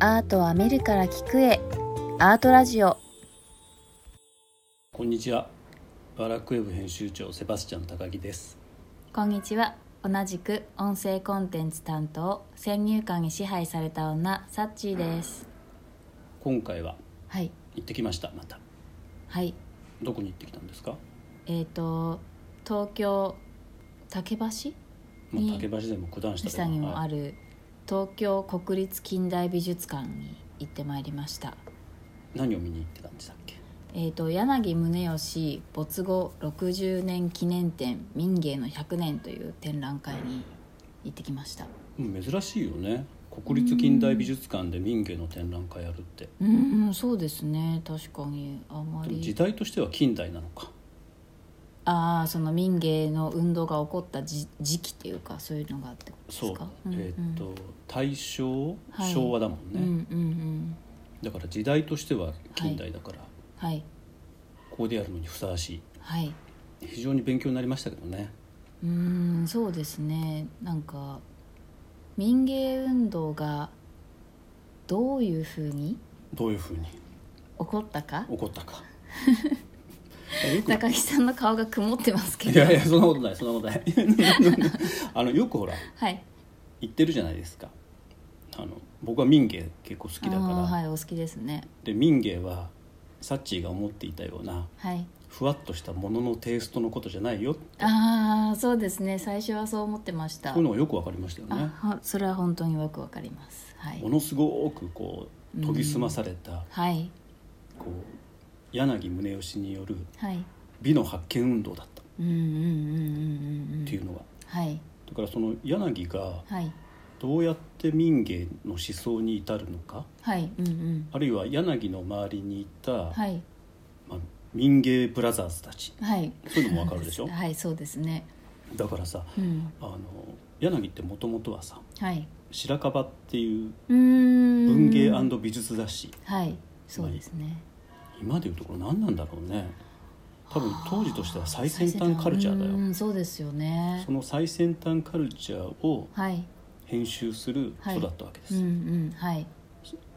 アートはメルから聞くへアートラジオこんにちは。バラックウェブ編集長セバスチャン高木です。こんにちは同じく音声コンテンツ担当先入観に支配された女サッチーです今回ははい行ってきました。またはいどこに行ってきたんですか？えっ、と東京竹橋まいいあ、竹橋でも九段下で下にもあはいる東京国立近代美術館に行ってまいりました何を見に行ってたんでしたっけ？えー、と柳宗悦没後60年記念展「民芸の100年」という展覧会に行ってきましたうん珍しいよね。国立近代美術館で民芸の展覧会やるって。うん、うん、そうですね確かにあまでも時り代としては近代なのか。ああその民芸の運動が起こったじ時期っていうかそういうのがあってことでそすうか。んえーっと大正、はい昭和だもんうね、んうんうんだから時代としては近代だから、はいここでやるのにふさわしはいい。非常に勉強になりましたけどね。うーんそうですねなんか民芸運動がどういうふうにどういうふうに起こったか起こったか。 よく高木さんの顔が曇ってますけいどやいやそんなことないそんなことない あのよくほらはい言ってるじゃないですかあの僕は民芸結構好きだから、あーはいお好きですねで民芸はサッチーが思っていたようなはいふわっとしたもののテイストのことじゃないよこああそうですね最初はそう思ってましたういうのがよく分かりましたよねあはそれは本当によくわかりますはいものすごくこう研ぎ澄まされたはいこう柳宗悦によるはい美の発見運動だったっうんうんうんうんうんていうのがはいだからその柳がはいどうやって民芸の思想に至るのかはいうんうんあるいは柳の周りにいたはいまあ、民芸ブラザーズたちはいそういうのもわかるでしょはいそうですねだからさうんあの柳ってもともとはさはい白樺っていううーん文芸美術雑誌、はいそうですね今でいうところ何なんだろうね多分当時としては最先端カルチャーだうよんそうですよねその最先端カルチャーをはい編集するはい人だったわけです、うんうんはい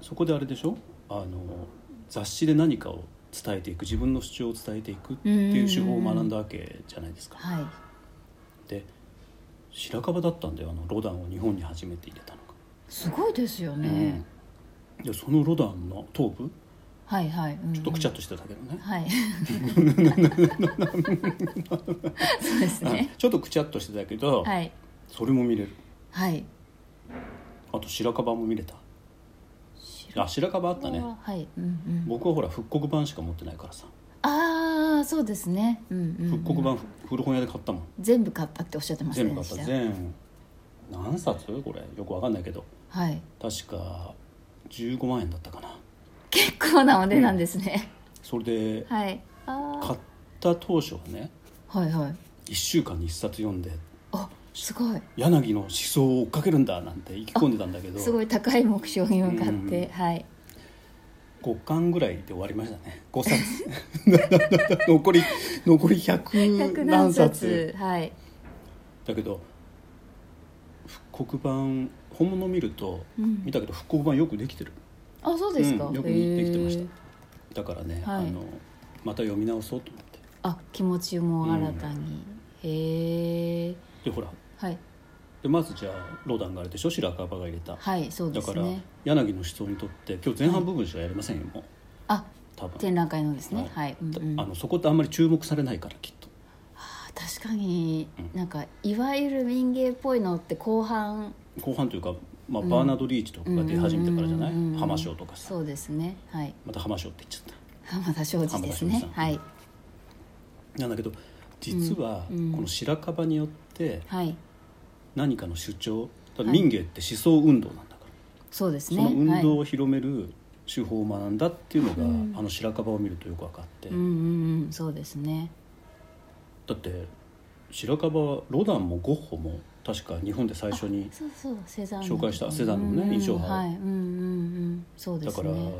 そこであれでしょあの雑誌で何かを伝えていく自分の主張を伝えていくっていう手法を学んだわけじゃないですか、はいで白樺だったんだよあのロダンを日本に初めて入れたのが、すごいですよね、うんでそのロダンの頭部はいはい、うんうんちょっとくちゃっとしてたけどね、 はい そうですねあちょっとくちゃっとしてたけど、はいそれも見れるはいあと白樺も見れたあ白樺あったねはい、うんうん、僕はほら復刻版しか持ってないからさああそうですね、うんうんうん、復刻版ふ古本屋で買ったもん、全部買ったっておっしゃってました全ね部買った全何冊これよくわかんないけどはい確か15万円だったかな結構なお値段ですね、それではいあー買った当初はねはいはい1週間に1冊読んであすごい柳の思想を追っかけるんだなんて意気込んでたんだけどすごい高い目標に向かって、うんはい5巻ぐらいで終わりましたね5冊残り残り100 100何何冊冊はいだけど復刻版本物見ると、うん見たけど復刻版よくできてるあそうですか、うんよくできてましたへーだからね、はいあのまた読み直そうと思っあ気持ちも新たに、へえてでほらはいでまずじゃあロダンがあれでしょ白樺が入れた、はいそうでだすからね柳の思想にとって今日前半部分しかやりませんよ、もうあ多分展覧会のですねはい、うんうん、ああのそこってあんまり注目されないからきっと確かに、うんなんかいわゆる民芸っぽいのって後半後半というか、まあ、うんバーナード・リーチとかが出始めたからじゃない、うんうんうんうん浜章とかさそうですねはいまた浜章って言っちゃった浜田庄司ですね浜田庄司さんはいなんだけど実はうんこの白樺によってはい何かの主張だってはい民芸って思想運動なんだから、そうですそねの運動はい、を広める手法を学んだっていうのが、うんあの白樺を見るとよく分かって、うんうんうんそうですねだって白樺はロダンもゴッホも確か日本で最初にそうそうセザンヌ紹介したセザンヌうのねんうん印象派はいうんうんうんそうでだすからね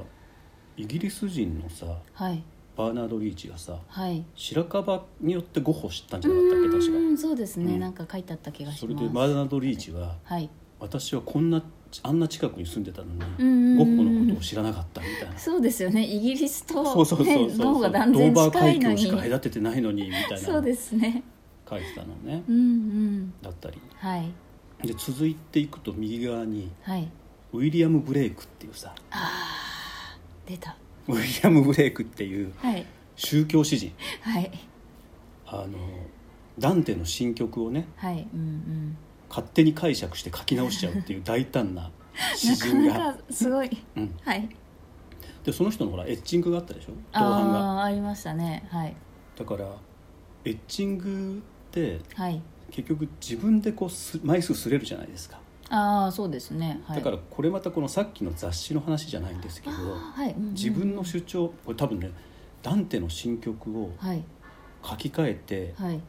イギリス人のさはいバーナード・リーチがさはい白樺によってゴッホ知ったんじゃなかったっけ確うかんそうですね、うんなんか書いてあった気がしそまれすでバーナード・リーチははい私はこんなあんな近くに住んでたのうんうんうんにゴッホのことを知らなかったみたいな。そうですよねイギリスと、ね、そうそうそうそう。の方が断ドー然バー近い海の峡にしか隔ててないのにみたいなそうですね書いてたのねうんうんだったり。はいで続いていくと右側にはいウィリアム・ブレイクっていうさ出たウィリアム・ブレイクっていうはい宗教詩人はいあのダンテの新曲をねはいうん勝手に解釈して書き直しちゃうっていう大胆なうん詩なか人がなかすごいうん、はいでその人のほらエッチングがあったでしょあ同伴があーありましたねはいだからエッチングってはい結局自分でこうす枚数すれるじゃないですか、ああそうですねはいだからこれまたこのさっきの雑誌の話じゃないんですけあどーはいうんうん自分の主張これ多分ねダンテの新曲をはい書き換えてはい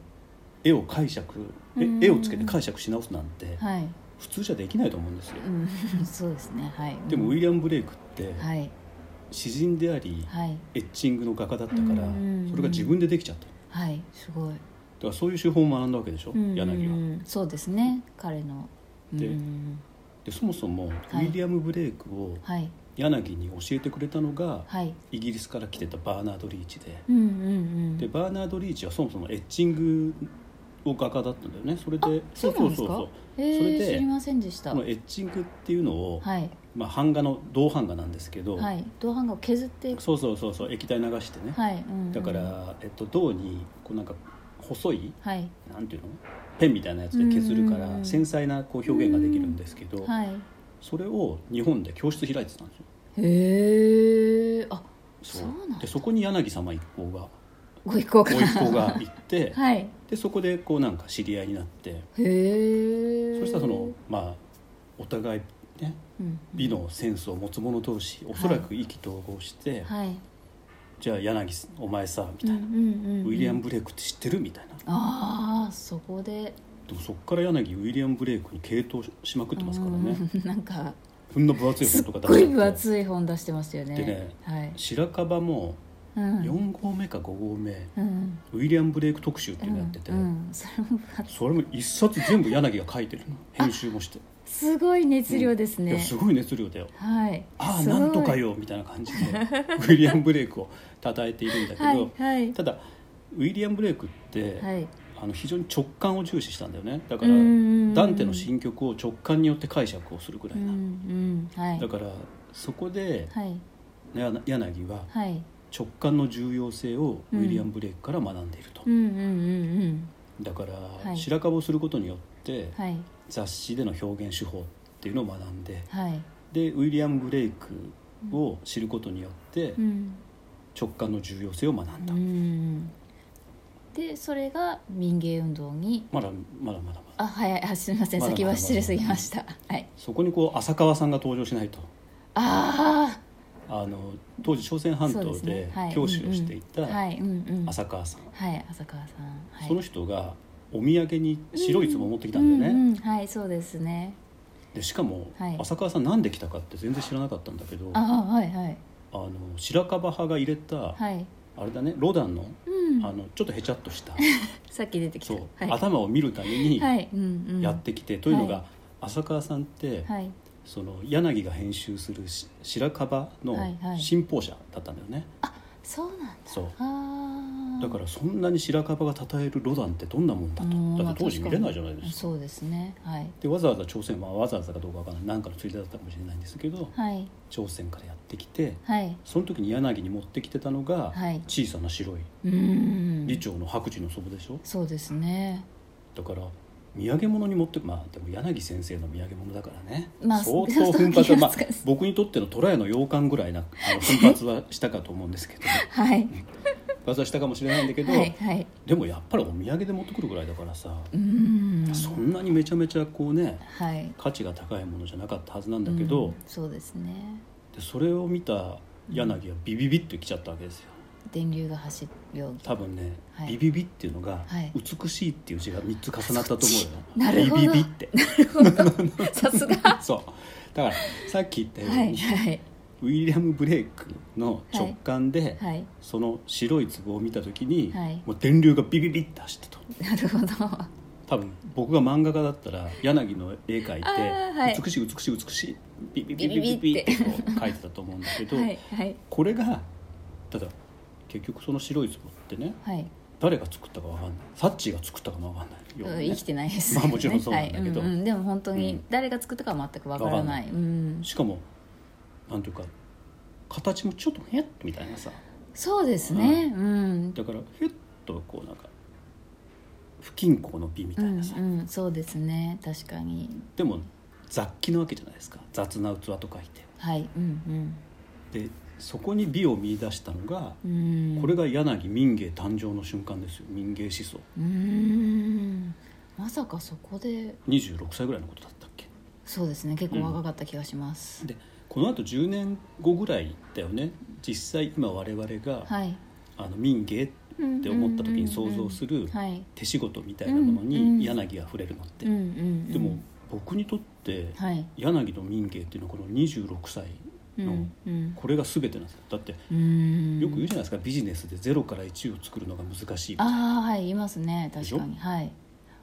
絵を解釈えうん絵をつけて解釈し直すなんてはい普通じゃできないと思うんですようん そうですねはいでもウィリアム・ブレイクってはい詩人でありはいエッチングの画家だったかうんらうんうんそれが自分でできちゃっただはいすごいからそういう手法を学んだわけでしょうん柳はうんそうですね彼のでうんでそもそもウいィリアム・ブレイクをはい柳に教えてくれたのがはいイギリスから来てたバーナード・リーチでうんうんうでんバーナード・リーチはそもそもエッチングを画家だったんだよねそれであそうなんですかえそれーで知りませんでしたこのエッチングっていうのを、はいまあ、版画の銅版画なんですけど、はい銅版画を削っていくそうそうそうそう液体流してね、はいうんうんだから、えっと、銅にこうなんか細いはいなんていうのペンみたいなやつで削るかうんうんうらん繊細なこう表現ができるんですけど、はいそれを日本で教室開いてたんですよへえあそうなんだでそこに柳様一行がご一行ごか、一行が行ってはいでそこでこうなんか知り合いになってへえそしたらそのまあお互いね美ののセンスを持つ者同士おそらく意気投合して、はいじゃあ柳お前さみたいな、ウィリアム・ブレイクって知ってるみたいなああそこででもそこから柳ウィリアム・ブレイクに傾倒しまくってますからねうんなんかこんな分厚いすっ本とかごい分出しちゃって厚い本出してますよねでねはい白樺もうん4号目か5号目、うんウィリアム・ブレイク特集っていうのやってて、うんうんそれも分厚いそれも一冊全部柳が書いてるの編集もして、すごい熱量ですいやねすごい熱量だよはいああすごいなんとかよみたいな 感じでウィリアム・ブレイクを称えているんだけど、はいはいただウィリアム・ブレイクって、はいあの非常に直感を重視したんだよねだからうんうんうんダンテの新曲を直感によって解釈をするぐらういな、んうんはいだからそこではいやな柳ははい直感の重要性をうウんィリアム・ブレイクから学んでいると、うんうんうんうんだかはらい白樺をすることによってはい雑誌での表現手法っていうのを学んではいでウィリアム・ブレイクを知ることによってうん直感の重要性を学んだ、うんでそれが民芸運動にまだまだまだまだあはいあすみませんまだま先だまはだ失礼すぎましたはいそこにこう浅川さんが登場しないとああの当時朝鮮あ半島で教師をしていたはいうんうん浅川さん、はい浅川さんはいその人がお土産に白い壺を持ってきたんだよね、うんうんはいそうですねでしかもはい浅川さんなんで来たかって全然知らなかったんだけど、ああはいはいの白樺派が入れたはいあれだねロダンの,、うんあのちょっとへちゃっとした さっき出てきたそう、はい頭を見るためにはいうんうんやってきて、というのが、は浅川さんって、はいその柳が編集するし白樺はいはのい信奉者だったんだよね、そうなんだそうああだからそんなに白樺が称えるロダンってどんなもんだうんとだって当時まあ見れないじゃないですかそうですねはいでわざわざ朝鮮はわざわざかどうかわからない何かのついでだったかもしれないんですけどはい朝鮮からやってきてはいその時に柳に持ってきてたのがはい小さな白いうん李朝の白磁の壺でしょそうですねだから土産物に持ってまあでも柳先生の土産物だからね、まあ相当そう奮発は、まあそうです、 僕にとっての虎屋の洋館ぐらいなあの奮発はしたかと思うんですけど はい奮発はしたかもしれないんだけど、はいはいでもやっぱりお土産で持ってくるぐらいだからさ、うんそんなにめちゃめちゃこうねはい価値が高いものじゃなかったはずなんだけど、うんそうですねでそれを見た柳はビビビッと来ちゃったわけですよ電流が走るように多分ね、はいビビビっていうのがはい「美しい」っていう字が3つ重 なったと思うよ、なるほどビビビってさすがそうだからさっき言ったように、はいはいウィリアム・ブレイクの直感で、はいその白い壺を見た時に、はいもう電流がビビビって走ったとなるほど多分僕が漫画家だったら柳の絵描いてあーはい美しい美しい美しいビビビビビビってこう描いてたと思うんだけど、はいはいこれがただ結局その白い壺ってねはい、誰が作ったかわかんないサッチーが作ったかもわかんないよ、うんね、生きてないです、まあもちろんそうなんだけどはいうんうんでも本当うにん誰が作ったかは全くわからない、うん、しかもなんていうか形もちょっとヘッみたいなさそうですねうん、だからヘッとこうなんか不均衡の美みうたいんなさ、うん、そうですね確かにでも雑記なわけじゃないですか雑な器と書いはいうんてでそこに美を見出したのが、うんうんこれが柳民芸誕生の瞬間ですよ民芸思想うーんまさかそこで26歳ぐらいのことだったっけそうですね結構若かった気がします、でこのあと10年後ぐらいだよね実際今我々が、はいあの民芸って思った時に想像すうんうんうんうるんはい手仕事みたいなものうんうんに柳が触れるのって、うんうんうんでも僕にとってはい柳の民芸っていうのはこの26歳うの、んうんこれが全てなんですよだってうーんよく言うじゃないですかビジネスで0から1を作るのが難しいっああはい言いますね確かでにはい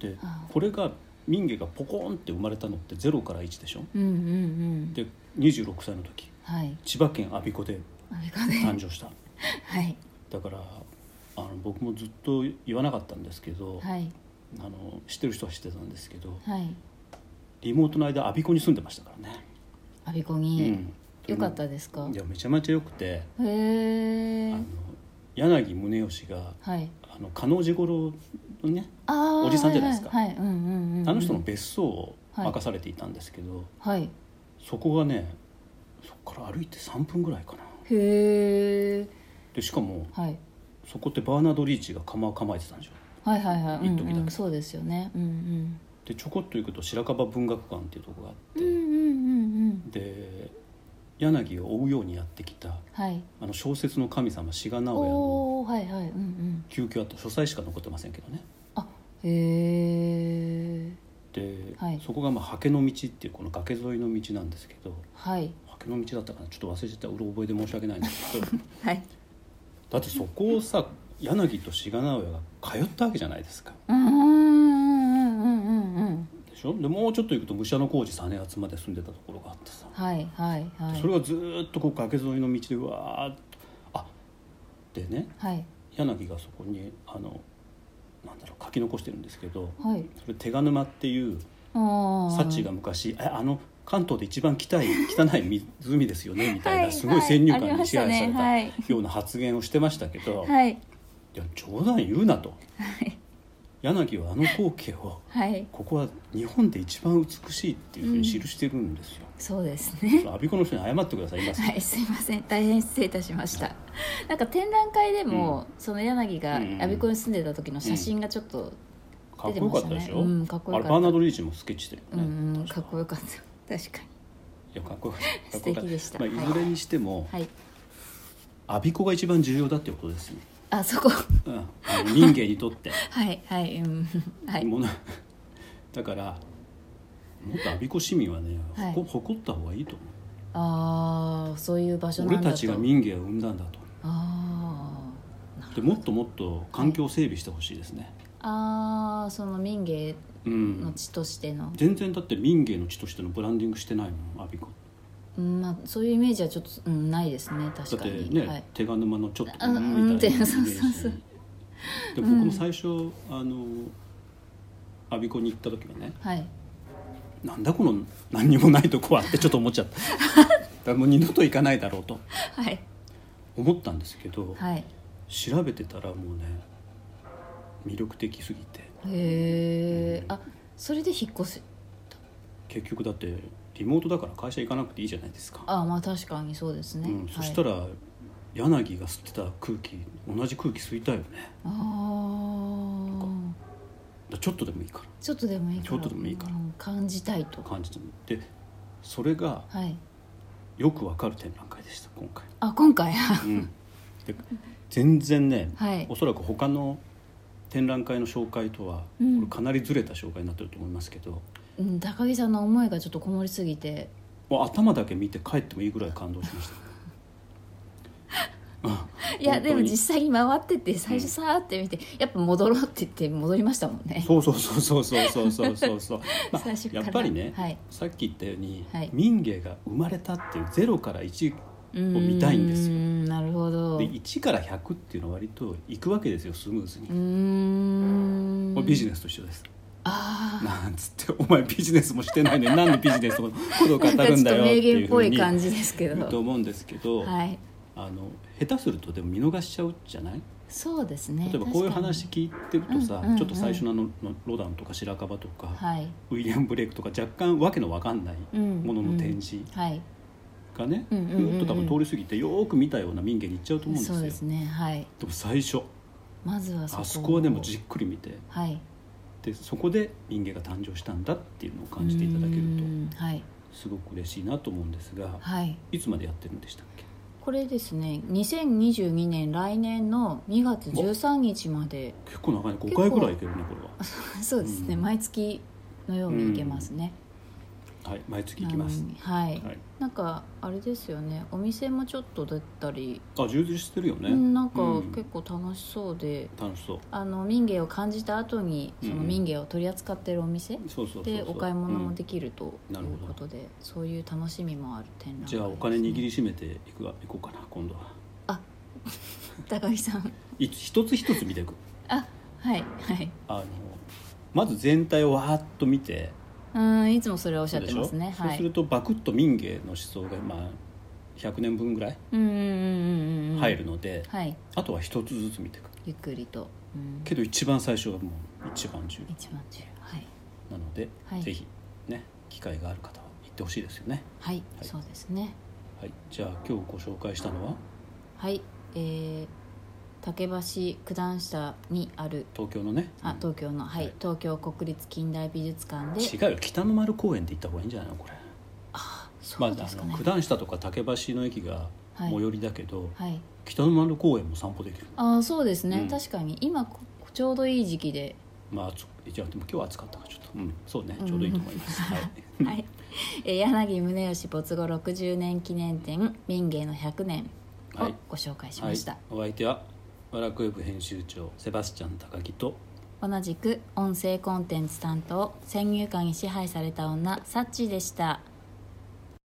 てあーこれが民芸がポコンって生まれたのって0から1でしょうんうんうんで26歳の時はい千葉県我孫子でアメリカで誕生した はいだからあの僕もずっと言わなかったんですけど、はいあの知ってる人は知ってたんですけどはいリモートの間我孫子に住んでましたからね、アビコうにん良かったですかいやめちゃめちゃ良くて、へえあの柳宗悦がはいあの加納治五郎のねああおじさんじゃないですかはいはいはいうんうんうんあの人の別荘をはい任されていたんですけど、はいそこがねそこから歩いて3分ぐらいかなへえでしかもはいそこってバーナード・リーチが釜を構えてたんですよはいはいはい、うん一時だけうん、そうですよねうんでちょこっと行くと白樺文学館っていうとこがあっうんうて、んうんうんで柳を追うようにやってきたはいあの小説の神様志賀直哉のおおーはいはいうんうん急遽あった書斎しか残ってませんけどねあへえで、はいそこがまあ刷毛の道っていうこの崖沿いの道なんですけどはい刷毛の道だったかなちょっと忘れちゃったうろ覚えで申し訳ないんですけどはいだってそこをさ柳と志賀直哉が通ったわけじゃないですかうんうんうんうんうんうんでしょでもうちょっと行くと武者の工事実篤まで住んでたところがあってさ、はいはいはいそれがずーっとこう崖沿いの道でうわーっとあでねはい柳がそこにあのなんだろう書き残してるんですけどはいそれ手賀沼っていうああサッチーが昔「えあの関東で一番汚い汚い湖ですよね」みたいはないすごい先入観に支はいあ配さりれましたねはいたような発言をしてましたけど「いはいや冗談言うな」と柳はあの光景をはいここは日本で一番美しいっていうふうに記してるんですよ。そうですねアビコの人に謝ってください今すぐはいすいません大変失礼いたしましたなんか展覧会でも、その柳がうんうん我孫子に住んでた時の写真がちょっと、かっこよかった出てまでしょ、したねうんかっこよかあっれたバーナード・リーチもスケッチしてるうよね、んうん確かっこよかった確かにいやかっこよかった素敵でしたまあ、いずれにしても、はいアビコが一番重要だっていうことですね、あそこ うん、あの人間にとってはいはいうんはいものだからもっと我孫子市民はね、はい誇誇った方がいいと思ああそういう場所うな俺んだとたちが民芸を生んだんだとあでもっともっと環境整備してほしいですね、ーあーその民芸うのん地としての、全然だって民芸の地としてのブランディングしてないもん我孫子うんまあ、そういうイメージはちょっと、うん、ないですね確だかってにね、はい、手賀沼のちょっとあうんみたいなイメうんそうそうーそジうにで僕も最初、あの我孫子に行った時はねはい、なんだこの何にもないとこはってちょっと思っちゃった だからもう二度と行かないだろうとはい思ったんですけど、はい調べてたらもうね魅力的すぎてへえあそれで引っ越す結局だってリモートだから会社行かなくていいじゃないですか、ああまあ確かにそうですね、うん、そしたはい、ら、柳が吸ってた空気同じ空気吸いたいよねああだちょっとでもいいかちょっとでもいいからちょっとでもいいからうん感じたいとら感じてでそれがはいよくわかる展覧会でした今 回、あ今回うん、で全然ね、はいおそらく他の展覧会の紹介とは、うんこれかなりずれた紹介になってると思いますけどうん高木さんの思いがちょっとこもりすぎて もう頭だけ見て帰ってもいいぐらい感動しましたいや本当でにも実際に回ってって最初さーって見て、やっぱ戻ろうって言って戻りましたもんねそうそうそうそうそうそうそうそ うそう、まあ最初からやっぱりね、はいさっき言ったように、はい民芸が生まれたっていうゼロから1うを見たいんですよーんなるほどうで1から100っていうのは割といくわけですよスムーズに、ーんこれビジネスと一緒です ああなんつってお前ビジネスもしてないのになんでビジネスのことを語なんかちょるっんだとよって名い言うっふぽういに感じですけ言うとど思うんですけど、はいあの下手するとでも見逃しちゃうじゃないそうですね例えばこういう話確聞いてるとさ、うんうんうんちょっと最初のあのロダンとか白樺とか、かにはいウィリアム・ブレイクとか若干わけのわかんないうんものの展示うんはいがね、うんうんうんうんふーっと多分通り過ぎてよーく見たような民芸に行っちゃうと思うんですそうよですねはいでも最初まずはそこあそこはでもじっくり見てはいでそこで民芸が誕生したんだっていうのを感じていただけるうーんはいとすごく嬉しいなと思うんですが、はいい、つまでやってるんでしたっけこれですね2022年来年の2月13日まで結構長いね5回ぐらいいけるねこれそうですね、うん毎月のように行けますね、ははい毎月行きますなのにはい、はいなんかあれですよねお店もちょっと出たり、あ充実してるよね、うんなんかうん結構楽しそうで、楽しそうあの民芸を感じた後にそのうん民芸を取り扱ってるお店そうそうそうそうでお買い物もでききるとういんなるほうどことで、そういう楽しみもある展覧会ですじね、ゃあお金握りしめていくわ行こうかな今度は高木さんい一つ一つ見ていくあはいはいあのまず全体をわーっと見てうんいつもそれをおっしそゃうっでてしょますねそうはすいるとバクッと民芸の思想が、まあ、100年分ぐらいうんうんうんうんうん入るので、はいあとは一つずつ見ていくゆっくりと、うん、けど一番最初がもう一番重一番重要はい要なので、はいぜひね機会がある方は行ってほしいですよね、はい、はいそうですねはい、じゃあ今日ご紹介したのははいえー、竹橋九段下にある東京のねあ東京の、はいはい東京国立近代美術館で違うよ北の丸公園で行った方がいいんじゃないのこれ、そうですかまああねの、九段下とか竹橋の駅がはい最寄りだけど、はい北の丸公園も散歩できるああそうですね、うん確かに今こちょうどいい時期でまあ暑いやでも今日は暑かったからちょっと、うん、そうねうんちょうどいいと思 います、はいはい、えー柳宗悦没後60年記念展「民芸の100年」はをいご紹介しはまいした、、お相手はワラクウェブ編集長セバスチャン高木と同じく音声コンテンツ担当先入観に支配された女サッチーでした